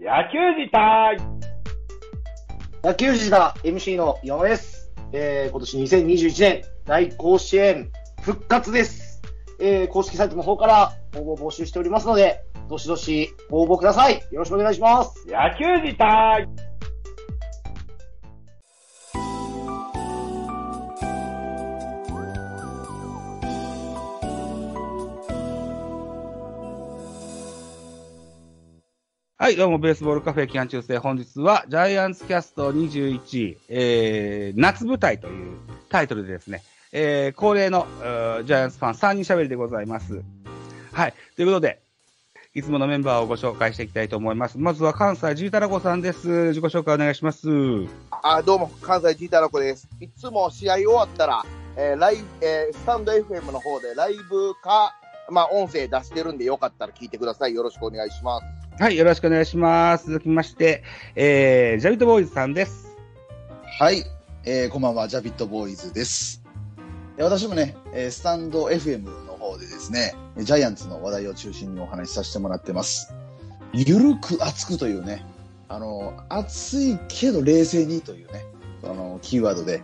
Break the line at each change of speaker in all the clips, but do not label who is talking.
野球自体
野球児だ MC の山田です。えー、今年2021年大甲子園復活です。えー、公式サイトの方から応募を募集しておりますので、どしどし応募ください。よろしくお願いします。
野球自体
はい、どうも、ベースボールカフェ期間中世。本日は、ジャイアンツキャスト21、えー、夏舞台というタイトルでですね、えー、恒例の、えージャイアンツファン3人喋りでございます。はい、ということで、いつものメンバーをご紹介していきたいと思います。まずは、関西じゅうたらこさんです。自己紹介お願いします。
あどうも、関西ジータラコです。いつも試合終わったら、えーライブえースタンド FM の方でライブか、まあ、音声出してるんで、よかったら聞いてください。よろしくお願いします。
はい、よろしくお願いします。続きまして、えー、ジャビットボーイズさんです。
はい、えー、こんばんは、ジャビットボーイズです。えー私もね、えースタンド FM の方でですね、ジャイアンツの話題を中心にお話しさせてもらってます。ゆるく熱くというね、あの、熱いけど冷静にというね、あの、キーワードで、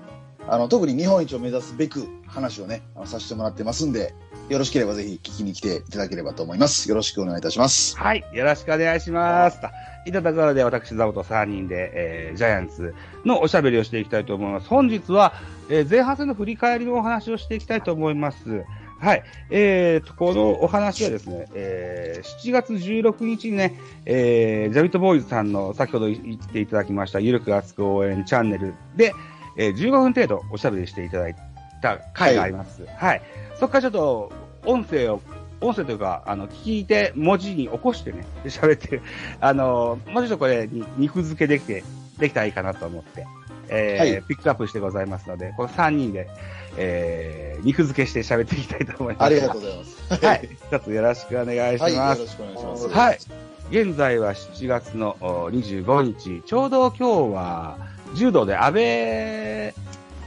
あの、特に日本一を目指すべく話をね、あのさせてもらってますんで、よろしければぜひ聞きに来ていただければと思います。よろしくお願いいたします。
はい、よろしくお願いします。といただくので、私、ザボと3人で、えージャイアンツのおしゃべりをしていきたいと思います。本日は、えー前半戦の振り返りのお話をしていきたいと思います。はい。えーと、このお話はですね、えー7月16日にね、えージャビットボーイズさんの先ほど言っていただきました、ゆるく熱く応援チャンネルで、えー15分程度おしゃべりしていただいた回があります。はい。そこからちょっと、音声を音声というか、あの、聞いて、文字に起こしてね、喋ってる。 あの、もうちょっとこれに、肉付けできて、できたらいいかなと思って、えー
はい
ピックアップしてございますので、この3人で、えー、肉付けして喋っていきたいと思います。
ありがとうございます。
はい。一つよろしくお願いし
はい、
ま
よ
す。
ろしくお願いします。
はい。現在は7月のお25日、ちょうど今日は、柔道で安倍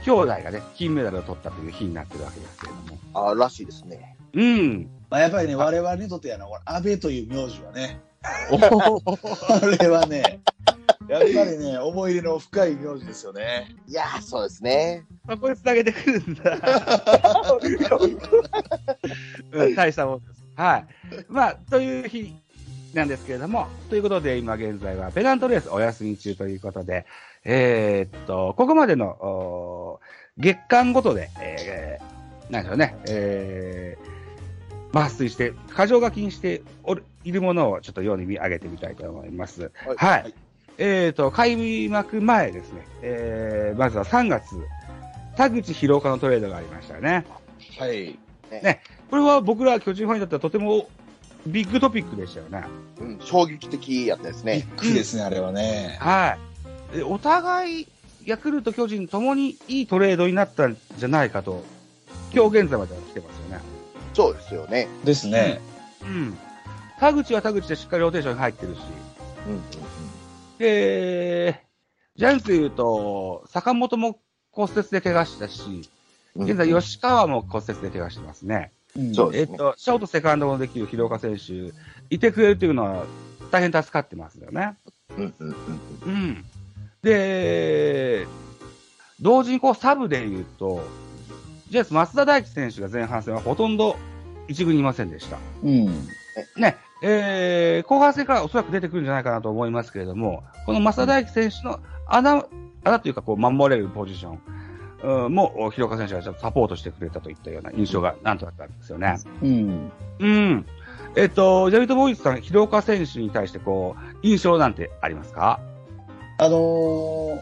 兄弟がね、金メダルを取ったという日になってるわけですけれども。
あらしいですね。
うん。
まあ、やっぱりね、我々にとってやな、これ安倍という名字はね、
お
これはね、やっぱり ね、思い入れの深い名字ですよね。
いやー、そうですね。
そこにつなげてくるんだ。うん大したもんです。はい。まあ、という日なんですけれども、ということで今現在はペナントレースお休み中ということで、えーっと、ここまでの、おー月間ごとで、えー、なんでしょうね、えー、抜粋して、過剰書きにしておる、いるものをちょっと世に見上げてみたいと思います。
はい
はい。
はい
えーと、開幕前ですね、えー、まずは3月、田口広岡のトレードがありましたよね。
はい。
これは僕ら巨人ファンにとってはとてもビッグトピックでしたよね。
うん、衝撃的やったです
びっ
ね。
くりですね、あれはね。
はい。でお互い、ヤクルト、巨人ともにいいトレードになったんじゃないかと、今日現在までは来てますよね。
そうですよね。
ですね。
うん。田口は田口でしっかりローテーションに入ってるし。
うん、うん、
で、ジャイアンツで言うと、坂本も骨折で怪我したし、
うん。
現在吉川も骨折で怪我してますね。
うん
そう
え
で
っ
すね。
と、ショート、セカンドもできる広岡選手、いてくれるというのは大変助かってますよね。
うん、うん、うん。
うん。で、同時にこうサブで言うと、ジェイス、松田大輝選手が前半戦はほとんど一軍にいませんでした。
うん。
ね、えー後半戦からおそらく出てくるんじゃないかなと思いますけれども、この増田大輝選手の穴、穴というかこう守れるポジション、うん、も、広川選手がちょっとサポートしてくれたといったような印象がなんとなくあるんですよね。
うん。
うん。えっと、ジャビット・ボーイズさん、広岡選手に対してこう、印象なんてありますか
あのー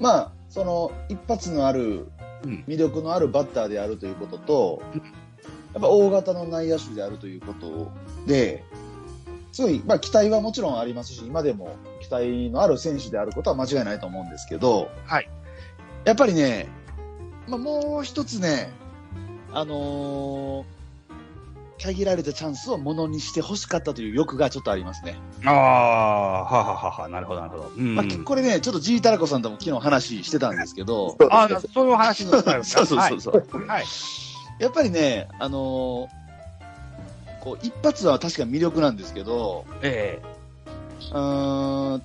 まあ、その、一発のある
うん、
魅力のあるバッターであるということと、やっぱ大型の内野手であるということで、すごい、まあ、期待はもちろんありますし、今でも期待のある選手であることは間違いないと思うんですけど、
はい。
やっぱりね、まあ、もう一つね、あのー限られたチャンスをものにしてほしかったという欲がちょっとありますね。
ああ、はははは、なるほど、なるほど。うん
まあ、これね、ちょっとジータラコさんとも昨日話してたんですけど、
ああ、そういう話の
そうそうそうそう。
う。はい。
やっぱりね、あのーこう一発は確かに魅力なんですけど、
ええ
うーん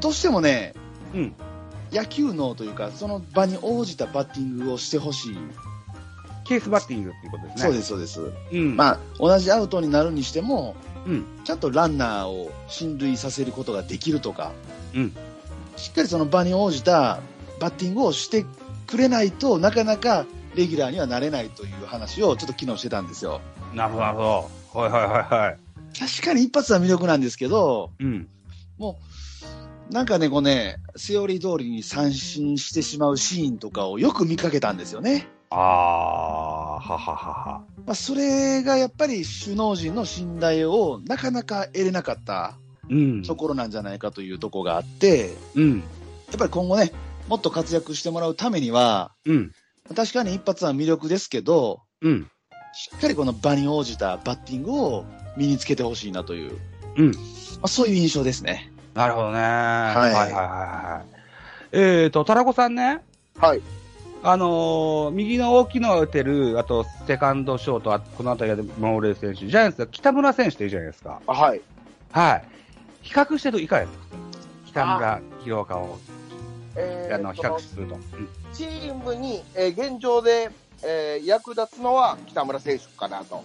どうしてもね、
うん
野球脳というか、その場に応じたバッティングをしてほしい、
ケースバッティングっていうことですね。
そうです、そうです、
す。うん。
まあ、同じアウトになるにしても、
うん
ちゃんとランナーを進塁させることができるとか、
うん
しっかりその場に応じたバッティングをしてくれないとなかなかレギュラーにはなれないという話をちょっと昨日してたんですよ。
なるほど、なるほど。はいはいはいはい。
確かに一発は魅力なんですけど、
うん。
なんかね、こうね、セオリー通りに三振してしまうシーンとかをよく見かけたんですよね。
ああ、はははは。
まあ、それがやっぱり首脳陣の信頼をなかなか得れなかった
うん。
ところなんじゃないかというところがあって、や
うん。
っぱり今後ね、もっと活躍してもらうためには、
うん。
確かに一発は魅力ですけど、
うん。
しっかりこの場に応じたバッティングを身につけてほしいなという、
うん
まあ、そういう印象ですね。
なるほどね。はいはいはいはい。えっ、と、タラコさんね。
はい。
あのー右の大きな打てる、あと、セカンド、ショート、あこの辺りが守れる選手、ジャイアンツは北村選手っているじゃないですか。
あはい。
はい。比較してるといかがですか北村広岡を、
え
あの、
そ
比較すると。うん
チームに、えー現状で、えー役立つのは北村選手かなと。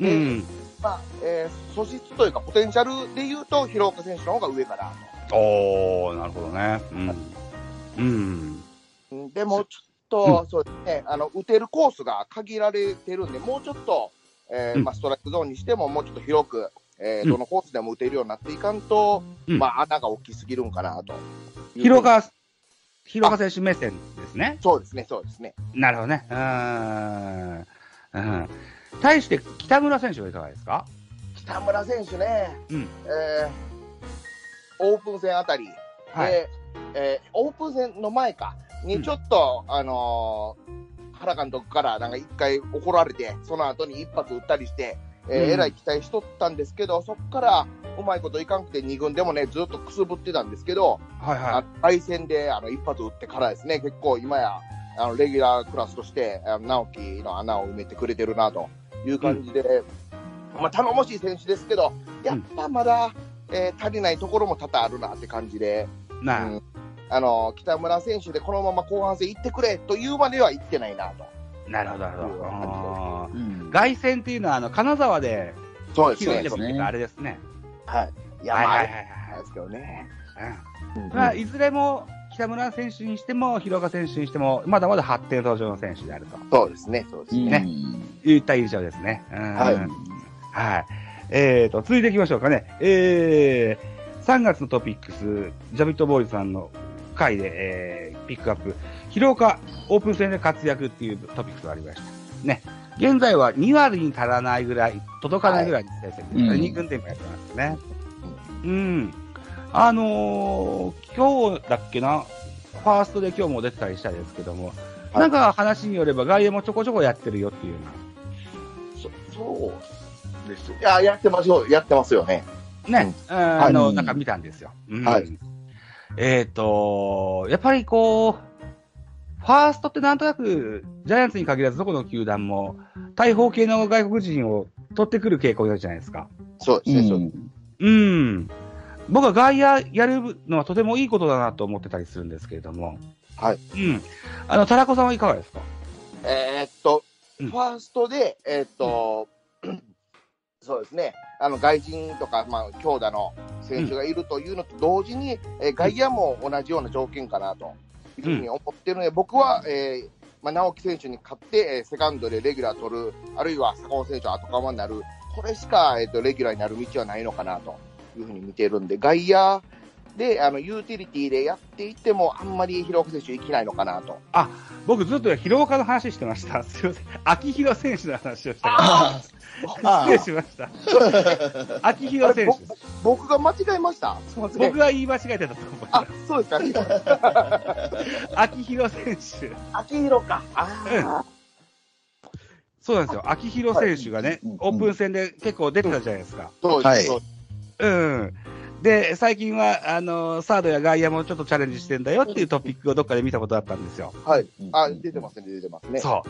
うんうん。
まあ、えー素質というか、ポテンシャルで言うと、広岡選手の方が上かな
おー、なるほどね。うん。うん。
と。うんでも、ちょっと、そうですね、あの、打てるコースが限られてるんで、もうちょっと、えー
うん
まあ、ストライクゾーンにしても、もうちょっと広く、え
うん
ーどのコースでも打てるようになっていかんと、
うん
まあ、穴が大きすぎるんかなと。
広。川、広川選手目線ですね。
そうですね、そうですね。
なるほどね。うーん。うん。対して、北村選手はいかがですか
北村選手ね、
うん
えーオープン戦あたり、
はい。
で、えーオープン戦の前か
うん
にちょっと、あのー原監督からなんか一回怒られて、その後に一発打ったりして、えー
うん
えらい期待しとったんですけど、そこからうまいこといかんくて2軍でもね、ずっとくすぶってたんですけど、
はい
あ
は
対戦であの一発打ってからですね、結構今や、あのレギュラークラスとして、あの直樹の穴を埋めてくれてるなという感じで、まあ、頼もしい選手ですけど、やっぱまだ、えー足りないところも多々あるなって感じで、
い。な
うんあの北村選手でこのまま後半戦行ってくれというまでは行ってないなと。
なるほど、なるほど。あー
うん
凱旋っていうのは、あの、金沢で、
そう
広いでも
そう
結
ですね
構あれですね。
はい。いや、
は
ま
い
あ、あ
は
れ
いはい
なんですけどね。
はい。うん
うん
まあ、いずれも、北村選手にしても、広岡選手にしても、まだまだ発展途上の選手であると
そうですね、そうですね。
ねいった印象ですね。は
はい
うん
はい。えーと、続いていきましょうかね。えー、3月のトピックス、ジャビットボーイズさんの回で、えー、ピックアップ、広岡オープン戦で活躍っていうトピックスがありました。ね。現在は2割に足らないぐらい、届かないぐらいの成績ですね。
はいうん
2軍でもやってますね。うん。あのー、今日だっけな、ファーストで今日も出てたりしたんですけども、
はい
なんか話によれば外野もちょこちょこやってるよっていうような
そそうです。いや、やってますよ、やってますよね。
ね、うんあの、なんか見たんですよ。うん
はい
えっ、と、やっぱりこう、ファーストってなんとなく、ジャイアンツに限らずどこの球団も、大砲系の外国人を取ってくる傾向になるじゃないですか。
そうですね、そうです
うん。僕は外野やるのはとてもいいことだなと思ってたりするんですけれども。
はい。
うん。あの、タラコさんはいかがですか
えーっと、
うん
ファーストで、えーっと、そうですね、あの外人とか、まあ、強打の選手がいるというのと同時に、えー外野も同じような条件かなというふうに思ってるので、僕は、えーまあ、直樹選手に勝って、えーセカンドでレギュラー取る、あるいは坂本選手は後釜になる、これしか、えーっとレギュラーになる道はないのかなというふうに見てるんで、外野であのユーティリティでやっていっても、あんまり広く選手、生きないのかなと。
僕ずっと広岡の話してました。 すいません。秋広選手の話をしてま
あ
した。
あ
失礼しました。 秋広選手です。
僕が間違えました。すみません。
僕が言い間違えてたと思いま
あ、そうですかね。
す。秋広選手。
秋広か。あ
そうなんですよ。秋広選手がね、
はい
オープン戦で結構出てたじゃないですか。
ーそうです。
はい
そう
うん。で、最近は、あの、サードや外野もちょっとチャレンジしてんだよっていうトピックをどっかで見たことあったんですよ。
はい。あ、
うん
出てますね、出てますね。
そ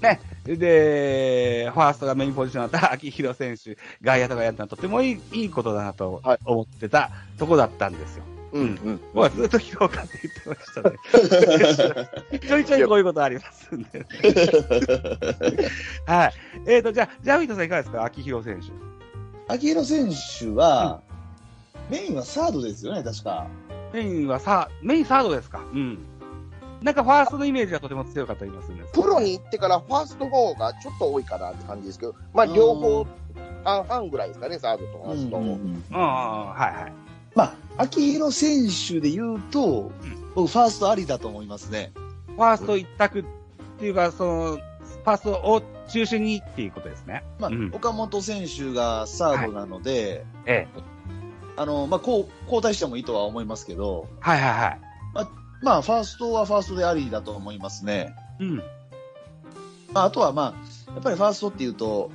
う。ね。で、ファーストがメインポジションだった秋広選手、外野とかやったのはとてもいいいいことだなと
はい
思ってたとこだったんですよ。
うんうん。
僕はずっと評価って言ってましたね。ちょいちょいこういうことありますんで、 ね。はい。えっ、と、じゃあ、ジャミートさんいかがですか秋広選手。
秋広選手は、メインはサードですよね、確か。
メインはさ、メインサードですかうん。なんかファーストのイメージがとても強かったりまするんですけ
プ
ど
ロに行ってからファーストの方がちょっと多いかなって感じですけど、まあ両方半々ぐらいですかね、サードとファースト。
うんうんうん、はいはい。
まあ、秋広選手で言うと、僕、ファーストありだと思いますね。
ファースト一択っていうか、その、ファーストを中心にっていうことですね。
まあ、
うん
岡本選手がサードなので、
ええ。
あの、まあ、こう、交代してもいいとは思いますけど、
はいはいはい。
まあ、ファーストはファーストでありだと思いますね。
うん。
まあ、あとはまあ、やっぱりファーストっていうと、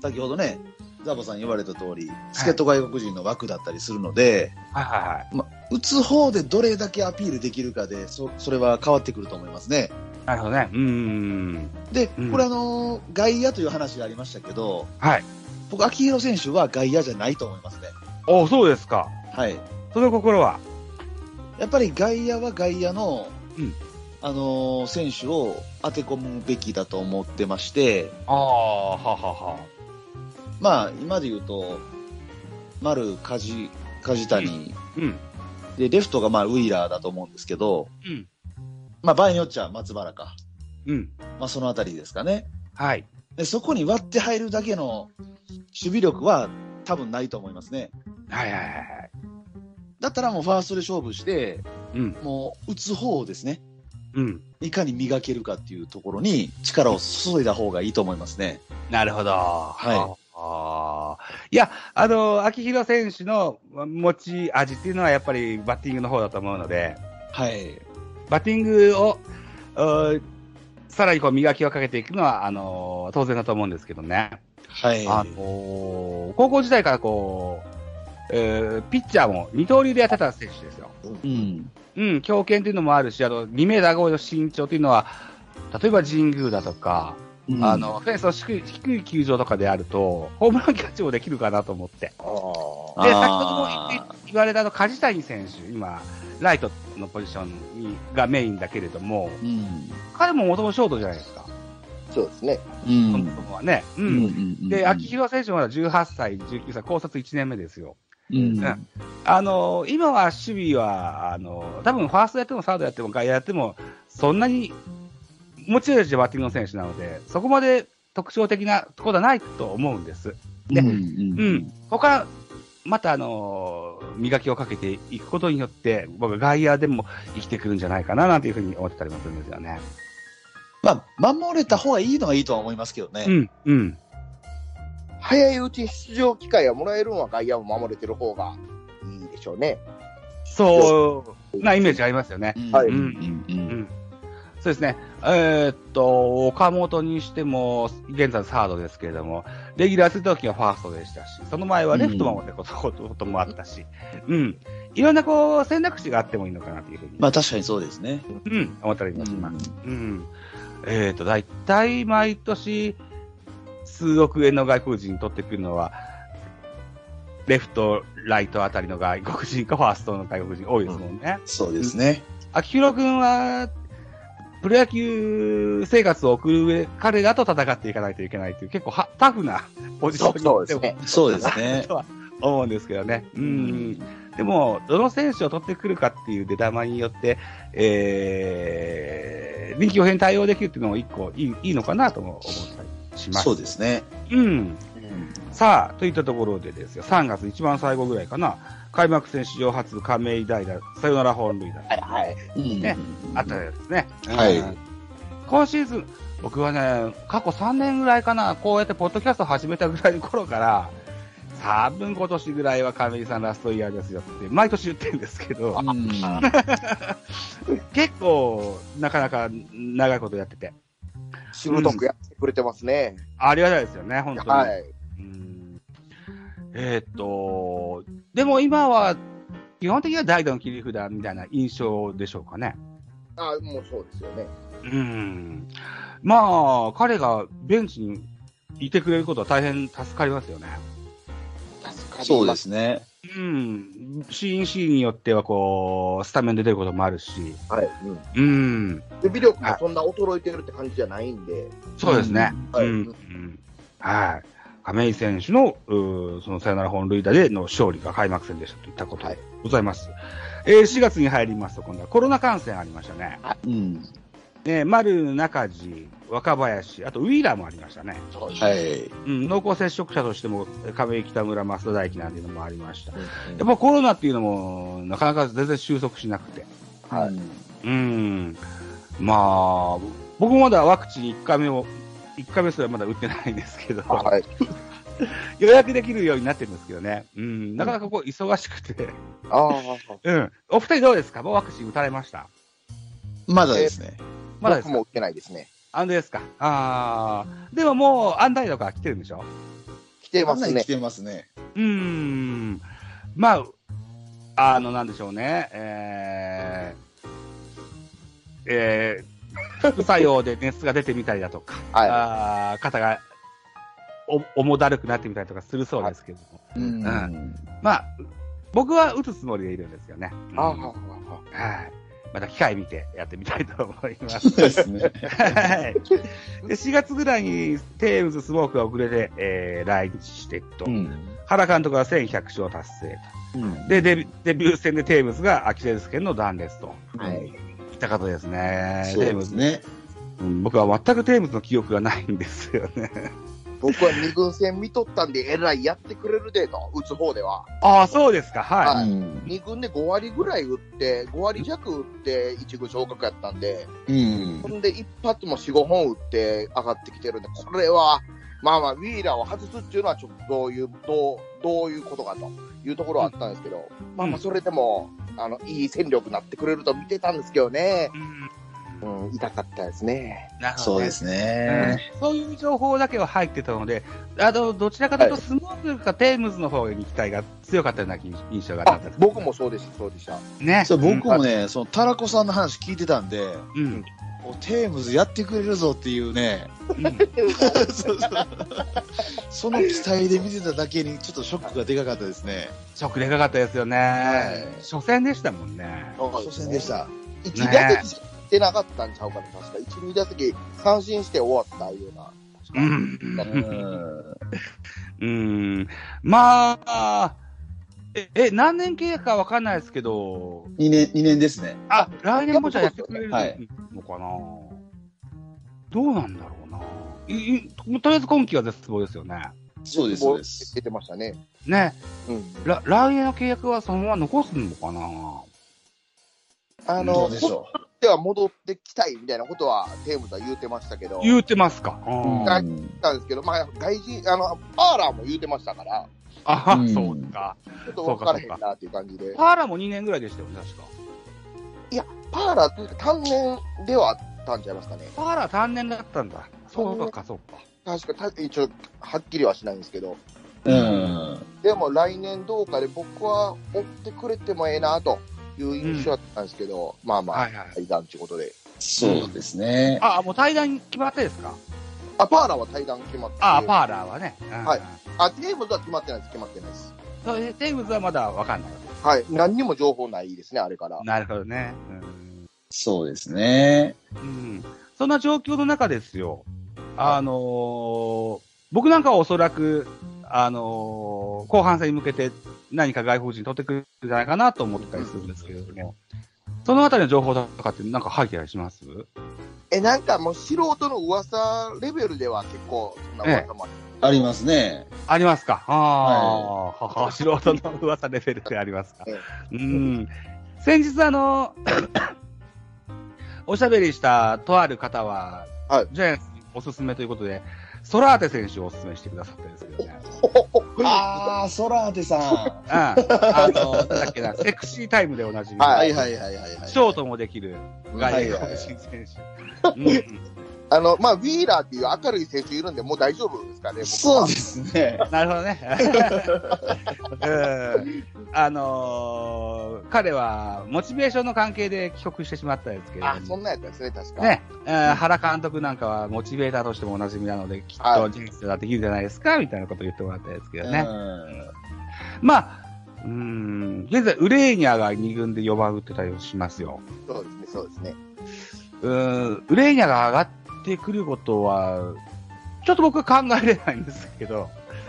先ほどね、ザボさん言われた通り、助っ人外国人の枠だったりするので、
はいはいはい。
打つ方でどれだけアピールできるかで、そそれは変わってくると思いますね。
なるほどね。うーん。
で、
うん
これあのー外野という話がありましたけど、
はい。
僕、秋広選手は外野じゃないと思いますね。
おそうですか。
はい。
その心は。
やっぱり外野は外野の、
うん
あのー選手を当て込むべきだと思ってまして、
ああ、ははは。
まあ、今で言うと、丸、梶、梶谷、
うん。
で、レフトがまあ、ウィーラーだと思うんですけど、
うん。
まあ、場合によっちゃ松原か。
うん。
まあ、そのあたりですかね。
はい。
で、そこに割って入るだけの守備力は多分ないと思いますね。
はいはいはいはい。
だったらもうファーストで勝負して、
うん。
もう打つ方をですね、
うん。
いかに磨けるかっていうところに力を注いだ方がいいと思いますね。
なるほど。
い
はい。あーいや、あの、秋広選手の持ち味っていうのはやっぱりバッティングの方だと思うので、
はい。
バッティングを、うーさらにこう磨きをかけていくのは、あのー当然だと思うんですけどね。
はい。
あのー高校時代からこう、えーピッチャーも二刀流でやってた選手ですよ。
うん。
うん、強肩というのもあるし、あと2メーター超えの身長というのは、例えば神宮だとか、
うん
あ、の、フェンスの低い低い球場とかであると、ホームランキャッチもできるかなと思って。
あー
で、先ほども
あー
言って言われたあの梶谷選手、今、ライトのポジションにがメインだけれども、
うん。
彼ももともとショートじゃないですか、
そうですね。
う
そ
ん
もそもはね。う。
うんん。
で、秋広選手はまだ18歳、19歳、高卒1年目ですよ。
うん。
ねあの、今は守備は、あの、多分ファーストやってもサードやっても外野やっても、そんなに持ち味でバッティングの選手なので、そこまで特徴的なことはないと思うんです。
うん。
で
うん。
うん、ここからまた、あのー磨きをかけていくことによって、僕は外野でも生きてくるんじゃないかななんていうふうに思ってたりもするんですよね。
まあ、守れた方がいいのはいいとは思いますけどね。
うん、うん。
早いうち出場機会がもらえるのは外野も守れてる方がいいでしょうね。
そうなイメージありますよね。
うん
はい
うん。うん。
そうですね。えーっと、岡本にしても、現在サードですけれども、レギュラーするときはファーストでしたし、その前はレフトも守ってことこともあったし、うん。いろんなこう、選択肢があってもいいのかなというふうに、
まあ、確かにそうですね。
うん、思ったりもします。
う
うん。えっ、と、だいたい毎年、数億円の外国人取ってくるのは、レフト、ライトあたりの外国人か、ファーストの外国人多いですもんね。
んそうですね。
秋広君は、プロ野球生活を送る上、彼らと戦っていかないといけないという、結構はタフなポジションに
そうです
も
ね。
そうですね。
とは思うんですけどね。うん。でも、どの選手を取ってくるかっていう出玉によって、えー、臨機応変に対応できるっていうのも一個いいいいのかなとも思ったりします。
そうですね。
うん。さあ、といったところでですよ、3月一番最後ぐらいかな、開幕戦史上初亀井代打、サヨナラ本塁打、
はいはい。
うん
ねあったようですね。
はい
うん今シーズン、僕はね、過去3年ぐらいかな、こうやってポッドキャストを始めたぐらいの頃から、多分今年ぐらいは亀井さんラストイヤーですよって、毎年言ってるんですけど、
うん
結構、なかなか長いことやってて、
しぶとくやってくれてますね。
ありがたいですよね、本当に。
はい。
うんえーっと、でも今は基本的には代打の切り札みたいな印象でしょうかね。
あもうそうですよね。
うん。まあ、彼がベンチにいてくれることは大変助かりますよね。
確かに。
そうで。すね。
うん。シーンシーンによっては、こう、スタメンで出ることもあるし。
はい。
う
うん。
ん。
守備力もそんな衰えてるって感じじゃないんで。
そうですね。
うんはい
うんうんはい。亀井選手の、うーそのサヨナラ本塁打での勝利が開幕戦でしたといったことでございます。えー4月に入りますと、今度はコロナ感染ありましたね。
うん。
ね丸、中地、若林、あとウィーラーもありましたね。
はい。
うん、濃厚接触者としても、亀井北村、増田大輝なんていうのもありました。やっぱコロナっていうのも、なかなか全然収束しなくて。
はい。
うん。まあ、僕もまだワクチン1回目を、1回目すらまだ打ってないんですけど。
はい。
予約できるようになってるんですけどね。うん、なかなかこう、忙しくて。
あ
うん。お二人どうですかもうワクチン打たれました
まだですね。
まだ
あ、
です
僕
か
も打ってないですね。
安定ですかあー。でももう、安泰とか来てるんでしょ
来てま
かな
す
り来
ね。
てますね。
うーん。まあ、あの、なんでしょうね。えー、えー、副作用で熱が出てみたりだとか、
は
あー肩がお重だるくなってみたりとかするそうですけども。
うん。
まあ、僕は打つつもりでいるんですよね。
い。
うん
ああ、あ
はい。また機会見てやってみたいと思います。
そうですね。
はい。で4月ぐらいにテームズ・スモークが遅れて、えー来日してと、
うん。
原監督が1100勝達成
うん
と。でデビ、デビュー戦でテームズがアキレス腱の断裂と
はい。
いったことですね。
そう
テー
で
ム
す
ズ、
ね。
うん僕は全くテームズの記憶がないんですよ ね。
僕は二軍戦見とったんで、えらいやってくれるでと、打つ方では。
ああ、そうですか。はい。
は
うん。
二軍で5割ぐらい打って、5割弱打って、一軍昇格やったんで、
うん
ほ。んで一発も4、5本打って上がってきてるんで、これは、まあまあ、ウィーラーを外すっていうのは、ちょっとどういう、どう、どういうことかというところはあったんですけど、まあまあ、それでも、あの、いい戦力になってくれると見てたんですけどね、
うん
うん、痛かったですね。
なるほ
そ
ど
う
ね
ですね。
そういう情報だけは入ってたので、あのどちらかというと、スモークよりかテームズの方に期待が強かったような気印象があ
あ
ったんです、
僕もそうでした、そうでした。
ね、
そう僕もね、そのタラコさんの話聞いてたんで、
うん、
おテームズやってくれるぞっていうね、
うん、
そうそうその期待で見てただけに、ちょっとショックがでかかったですね。
ショックでかかったですよね、
はい
初戦でしたもんね。
初戦でし。た。
1打席しか出なかったんちゃうかな、確か。1、2打席三振して終わったような。
うん、
う
う
ん
ん、まあえ、え、何年契約かわかんないですけど、
二年、二年ですね。
あ、来年もじゃあやってくれるの
は
か
い
な、どうなんだろうな。いいとりあえず今季は絶望ですよね。
そうです、そうです。
出てましたね。
ね、
うん。
ら来年の契約はそのまま残すのかな
あ
ど
の、
うでし
そっ
ょ
ては戻ってきたいみたいなことは、テームズは言うてましたけど、言っ
言うてますか。
う。
あ
うん
たんですけど、まあ、外人、あの、パーラーも言うてましたから、
あ、
うん
そうか。
ちょっと分からへんなっていう感じで、
パーラも2年ぐらいでしたよね、確か。
パーラーって単年ではあったんちゃいますかね。
パーラ単年だったんだ。そうか、そうか。
確か、た一応、はっきりはしないんですけど、
うん。
でも来年どうかで僕は追ってくれてもええなという印象だったんですけど、まあまあ、
はいはい。
対談ということで。
そうですね。
あ、もう対談決まってですか
あ、パーラーは対談決まってて
あ、パーラはね。うん
はい。あ、テームズは決まってないです。決まってないです。
そうえテーブスはまだわかんないわけです。
はい。何にも情報ないですね、あれから。
なるほどね。
そうですね。
うん。うんそんな状況の中ですよ。あのー僕なんかはおそらく、あのー後半戦に向けて何か外国人取ってくるんじゃないかなと思ってたりするんですけれども、そのあたりの情報とかってなんか入ってたりします
え、なんかもう素人の噂レベルでは結構、そんな噂もある。
ありますね。
ありますか。ああ、はは素人の噂レベルでありますか
え。
うん。先日、あの、おしゃべりしたとある方は、
はい
ジャイアンツにおすすめということで、ソラーテ選手をおすすめしてくださったんですけどね。
ああ、ソラーテさん。
うん。あの、なんだっけな、セクシータイムでおなじみの、
は
はいはいはいはいはい。
ショートもできる外国人選手。うん
あの、まあ、ウィーラーっていう明るい選手いるんで、もう大丈夫ですかね、僕は
そうですね。
なるほどね。うんあのー彼はモチベーションの関係で帰国してしまったんですけれ
あ、
ども、
そんなんやったんですね、確か。
ねえー原監督なんかはモチベーターとしてもおなじみなので、きっ
は
と
い
人生ができるんじゃないですかみたいなことを言ってもらったんですけど
う
ね。
ん
まあうーん現在、ウレーニャが2軍で4番打ってたりしますよ。
そうですね、そうですね。
うーん、ウレーニャが上がってくることは、ちょっと僕は考えれないんですけど、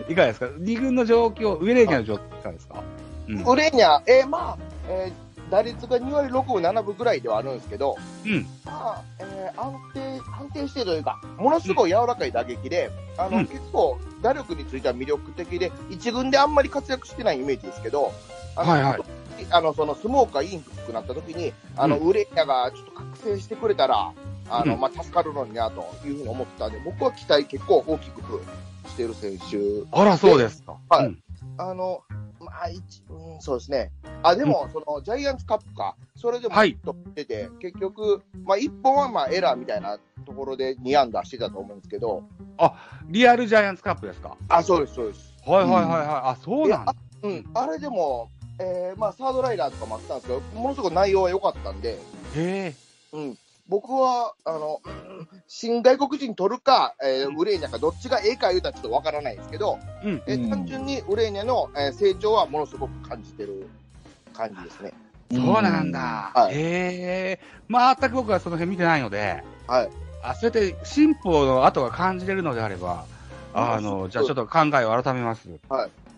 いかがですか ?2 軍の状況、ウレーニャの状況いかがですかうん。
ウレーニャ、えーまあ、えー打率が2割6分7分ぐらいではあるんですけど、
うん
まあ、えー安定、安定してというか、ものすごい柔らかい打撃で、あの、
うん
結構、打力については魅力的で、一軍であんまり活躍してないイメージですけど、あの、
はいはい
ちょっとあの、その、スモーカーインクなった時に、あの、
う
ウレーニャがちょっと覚醒してくれたら、あの、
うん
まあ、助かるのにな、というふうに思ってたんで、僕は期待結構大きくしてる選手
あら、そうですか。
はい
うん
あの、まあ、一、うん、そうですね。あ、でも、その、ジャイアンツカップか。それでも、
はい
ヒット打ってて、結局、まあ、一本は、まあ、エラーみたいなところで2安打してたと思うんですけど、
リアルジャイアンツカップですか
あ、そうです、そうです。
はいはいはいはい。あ、そうなんだ。
うん、あれでも、えーまあ、サードライダーとかもあったんですけど、ものすごく内容は良かったんで、
へ
うん、僕は、あの、うん新外国人取るか、えーウレーニャか、どっちがええか言うたらちょっとわからないですけど、
うん
えー
うん
単純にウレーニャの、えー成長はものすごく感じてる感じですね。
え、そうなん。だ。
うんはい
へえ、全く僕はその辺見てないので、
はい。
あ、そうやって進歩の後が感じれるのであれば、あの、じゃあちょっと考えを改めます。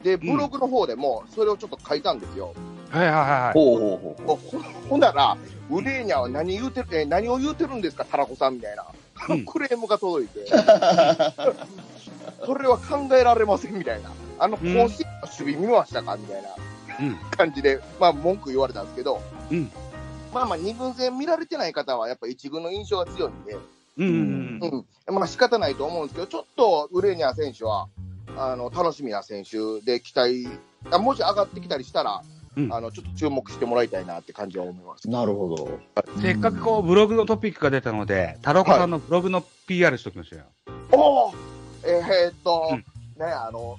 で、ブログの方でも、それをちょっと書いたんですよ。
はいはいはい。
ほうほうほうほ
ほほほんなら、ウレーニャは何言うてる、えー何を言うてるんですか、タラコさんみたいな、
うん
クレームが届いて、 それは考えられませんみたいな、あの甲子園の守備見ましたかみたいな
うん
感じで、まあ、文句言われたんですけど、
うん
まあまあ、2軍戦見られてない方は、やっぱ1軍の印象が強いんで、
うんうんうん。
うん、まあ仕方ないと思うんですけど、ちょっとウレーニャ選手は、あの、楽しみな選手で期待、あもし上がってきたりしたら、
うん
あの、ちょっと注目してもらいたいなって感じは思います。
う。なるほど。
せっかくこう、ブログのトピックが出たので、タロコさんのブログの PR しときましょうよ。
おおえーえーっと、
うん
ね、あの、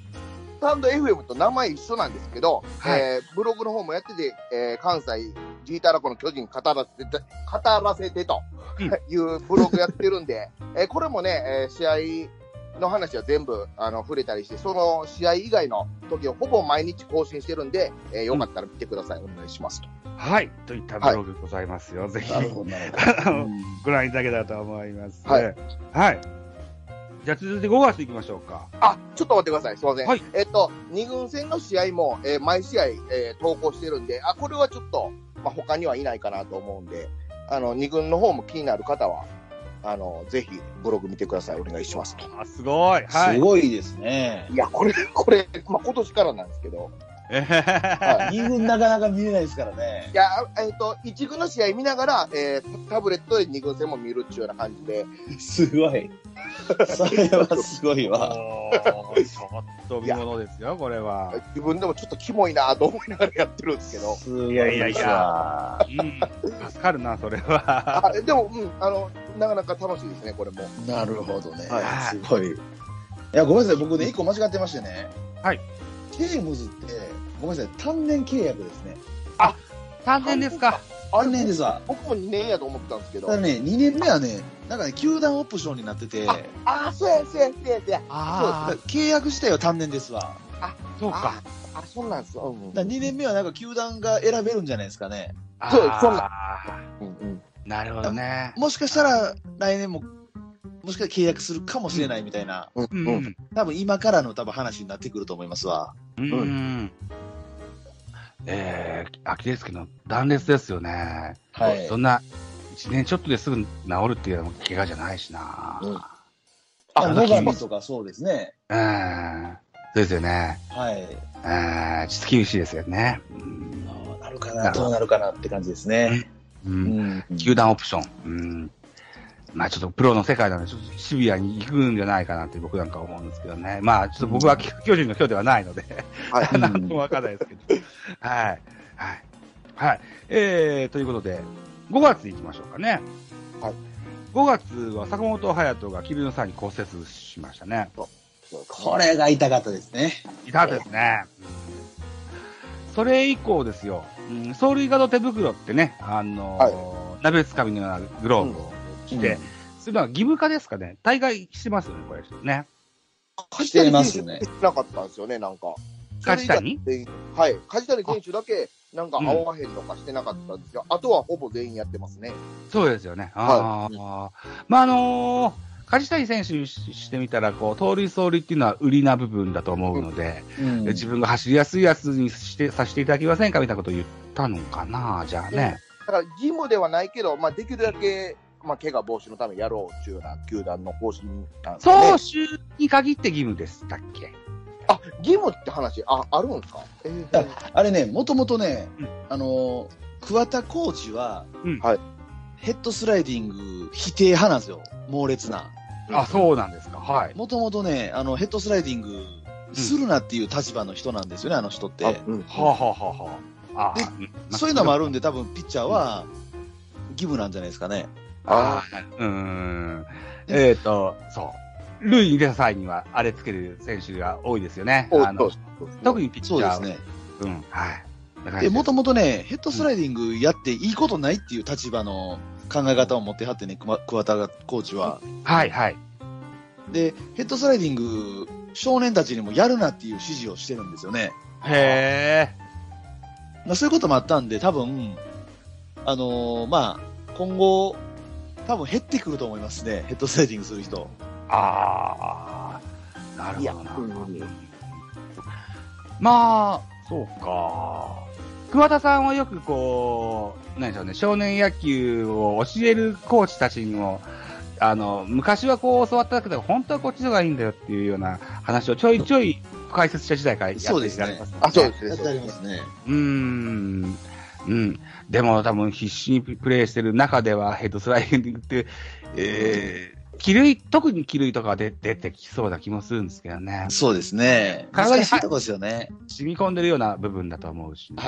スタンド FM と名前一緒なんですけど、
はい
えーブログの方もやってて、えー関西ジータラコの巨人語らせて、語らせてと
うん
いうブログやってるんで、えーこれもね、えー試合の話は全部あの触れたりして、その試合以外の時をほぼ毎日更新してるんで、えーよかったら見てください。お願いしますと。
はい。といったブログございますよ。ぜひ、
なるほど、なる
あ
ほ
の
ど。
ご覧いただけたらと思います。
はい。
はい。じゃあ続いて5月いきましょうか。
あ、ちょっと待ってください。すいません。
はい
えっと、二軍戦の試合も、えー毎試合、えー投稿してるんで、あ、これはちょっと、まあ、他にはいないかなと思うんで、あの、二軍の方も気になる方は、あの、ぜひ、ブログ見てください。お願いします。
あ、すごい。は
す
い。
ごいですね。
いや、これ、これ、まあ、今年からなんですけど、
えへへへ
二軍なかなか見れないですからね
い。や、あえっと、一軍の試合見ながら、えータブレットで二軍戦も見るっていうような感じで、
すごい。 それはすごいわ。
おーちょっと見ものですよ、これは。
自分でもちょっとキモいなと思いながらやってるんですけど、
す
いやいやい
や。
うん、助かるな、それは。
あでも、うん、あの、なかなか楽しいですね、これも。
なるほどね。
はい
すごい。いや、ごめんなさい。僕ね、一個間違ってましてね。
はい。
テームズって、ごめんなさい。単年契約ですね。
単年ですか。
単年ですわ。
僕も2年やと思ってたんですけど
ただ。ね、2年目はね、なんかね、球団オプションになってて、
あ、そうや、そうや、そうや、そうや。
そうです契約自体は単年ですわ。
そうか。
あ、そうなんですよ。うん
だ2年目はなんか球団が選べるんじゃないですかね。
あ
そうそう
ー
うん。
なるほどね。
もしかしたら来年も、もしかしたら契約するかもしれないみたいな、
うん。
うん。うん
多分今からの多分話になってくると思いますわ。
うん。えー、アキレス腱の断裂ですよね。
はい
そ。んな、1年ちょっとですぐ治るっていうような怪我じゃないしな。
うん
あ、野
あ、
上とかそうですね。
うん。そうですよね。
はい。
うん。ちょっと厳しいですよね。うん
なるかな、どうなるかなって感じですね。
うん。
うん。
球団オプション。うん。まあちょっとプロの世界なので、ちょっとシビアに行くんじゃないかなって僕なんか思うんですけどね。まあちょっと僕は巨巨人の今日ではないので、
は
い
なんともわかんないですけど。はい。はい。はい。えー、ということで、5月行きましょうかね。
はい。
5 5月は坂本勇人が霧の際に骨折しましたね。
これが痛かったですね。
痛かったですね。それ以降ですよ、うん、走塁ガード手袋ってね、あのー鍋つかみのようなグローブをして、
うん
そういうのは義務化ですかね、大概してますよね、これね。
梶
してますね
選手なかったんですよね、なんか。
梶谷
それ以外全員はい。梶谷選手だけ、なんか合わへんとかしてなかったんですよ。あとはほぼ全員やってますね。
そうですよね。あーまあ、あのー、梶谷選手にししてみたら、こう、盗塁走塁っていうのは売りな部分だと思うので、
うん
自分が走りやすいやつにしてさせていただけませんかみたいなことを言ったのかな、じゃあね。
だから義務ではないけど、まあ、できるだけ、まあ、怪我防止のためにやろうっていうような球団の方針なんですかね
総集に限って義務でしたっけ
あ、義務って話、あ、あるんですかえー
だあれね、もともとね、
うん
あのー、桑田コーチは、
うん
はい
ヘッドスライディング否定派なんですよ、猛烈な。
あ、そうなんですか。はい。
もともとね、あの、ヘッドスライディングするなっていう立場の人なんですよね、あの人って。
あうん
はあ、はあはあはあ、あ
で
ーん
そういうのもあるんで、多分ピッチャーは、ギブなんじゃないですかね。
あーうーん。えっ、と、そう。塁に出た際には、あれつける選手が多いですよね。
お
あの特にピッチャ
そ
ー
うで
は
すね。
うん、はい。だから
で、もともとね、ヘッドスライディングやっていいことないっていう立場の考え方を持ってはってね、熊桑田コーチは。
はい、はい。
で、ヘッドスライディング、少年たちにもやるなっていう指示をしてるんですよね。
へえ。
まあ、そういうこともあったんで、多分、あのーまあ、今後、多分減ってくると思いますね、ヘッドスライディングする人。
ああ、なる
いや、
ほどな。
うん
まあ、そうか。桑田さんはよくこう、なんでしょうね、少年野球を教えるコーチたちにも、あの、昔はこう教わったけど、本当はこっちの方がいいんだよっていうような話をちょいちょい解説者時代からやって
そうですね
いられますもん
あ、そうですね。そうです
ますね。
うーん。うん。でも多分必死にプレイしてる中ではヘッドスライディングって、えー、気類、特に気類とかは出出てきそうな気もするんですけどね。
そうですね。
体に
難しいとこですよね。
染み込んでるような部分だと思うし、ね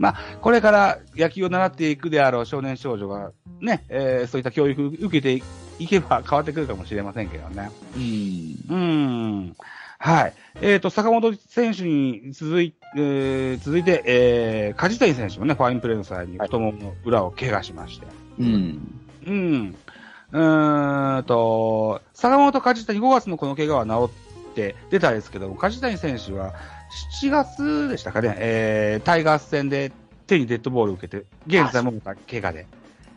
はい。
これから野球を習っていくであろう少年少女が、ね、えーそういった教育を受けていけば変わってくるかもしれませんけどね。
うん。
うーん。はい。えっ、と、坂本選手に続い,、えー続いて、えー、梶谷選手もね、ファインプレーの際に太ももの裏を怪我しまして。
うん。
うん。うーんと、坂本梶谷5月のこの怪我は治って出たんですけども、梶谷選手は7月でしたかね、えー、タイガース戦で手にデッドボールを受けて、現在もまた怪我で、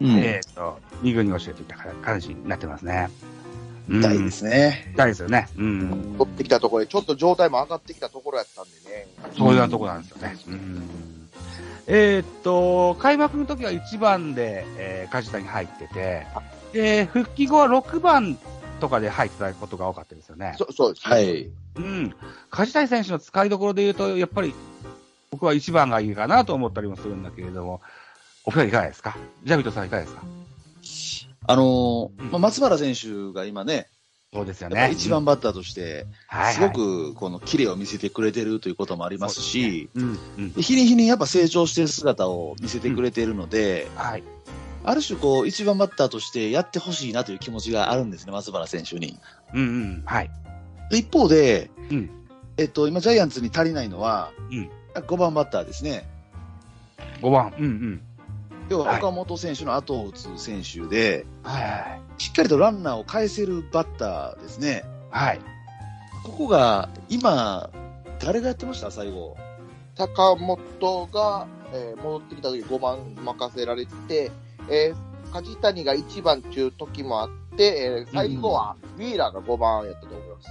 うん
えーと、2軍に教えていた感じになってますね。うん
痛いで。すね。
痛いですよね。うん。
取ってきたところで、ちょっと状態も上がってきたところやったんでね。
そういうようなとこなんですよね。うんえーっと、開幕の時は1番で、えー、梶谷入ってて、で、復帰後は6番とかで入ってたことが多かったですよね。
そそうです、ね。
はい。
うん。梶谷選手の使いどころで言うと、やっぱり僕は1番がいいかなと思ったりもするんだけれども、お二人いかがですかジャビットさんいかがですか
あのー
うん
まあ、松原選手が今ね、
そうですよ
やっぱ
ね。
り一番バッターとして、
はい、
すごくこの綺麗を見せてくれてるということもありますし、
うん、うん。
日に日にやっぱ成長してる姿を見せてくれているので、
はい。
ある種こう、一番バッターとしてやってほしいなという気持ちがあるんですね、松原選手に。
うん、うん。はい。
一方で、
うん
えっと、今ジャイアンツに足りないのは、
うん
5番バッターですね。
5番。うん、うん。
要は
はい
岡本選手の後を打つ選手で、
はい、はい。
しっかりとランナーを返せるバッターですね。
はい。
ここが、今、誰がやってました最後。
坂本が、えー戻ってきた時5番任せられて、えー梶谷が1番っていう時もあって、えー最後はウィーラーが5番やったと思います。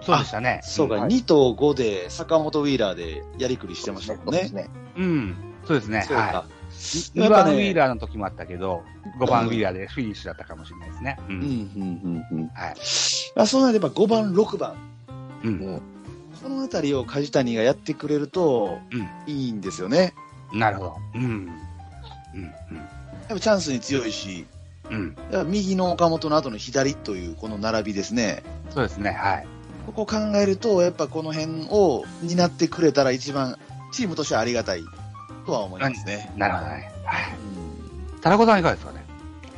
そうでしたね。
そうか、
はい
2と5で坂本ウィーラーでやりくりしてましたもんね。
ね。
うん。そうですね。
そう
はい。
か。や
2
っぱ
番
ね
ウィーラーの時もあったけど、5番ウィーラーでフィニッシュだったかもしれないですね。う。
うん、うんん、うん、うん。
はい。
あそうなれば5番、6番。
うん。
このあたりを梶谷がやってくれると
うん、
いいんですよね。
なるほど。うん。うん。
やっぱチャンスに強いし、
うん。うん。
やっぱ右の岡本の後の左というこの並びですね。
そうですね。はい。
ここを考えると、やっぱこの辺を担ってくれたら一番チームとしてはありがたいとは思いますね。
なるほどね。はい。タラコさんいかがですかね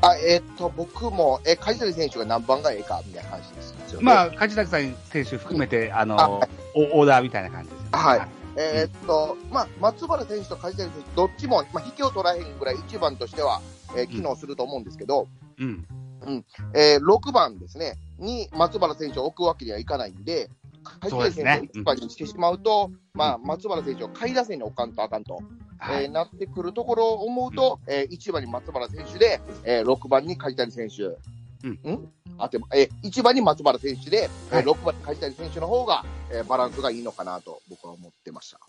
あ、えっと、僕も、え、梶谷選手が何番がええか、みたいな話ですよね。
まあ、梶崎さん選手含めて、あの、おオーダーみたいな感じですよね。
はいえーっと、まあ、松原選手と梶谷選手、どっちも、まあ、引きを取らへんぐらい1番としては、えー機能すると思うんですけど、
うん。
えー6番ですね、に松原選手を置くわけにはいかないんで、梶
そうで
谷
す
選
ね
手を1番にしてしまうと、まあ、松原選手を下位打線に置かんとあかんと、
は
え
い。
ーなってくるところを思うと、え1番に松原選手で、え6番に梶谷選手。
うん
んあてえ1番に松原選手で、
は
え
い
6番に梶谷選手の方が、えーバランスがいいのかなと僕は思ってました。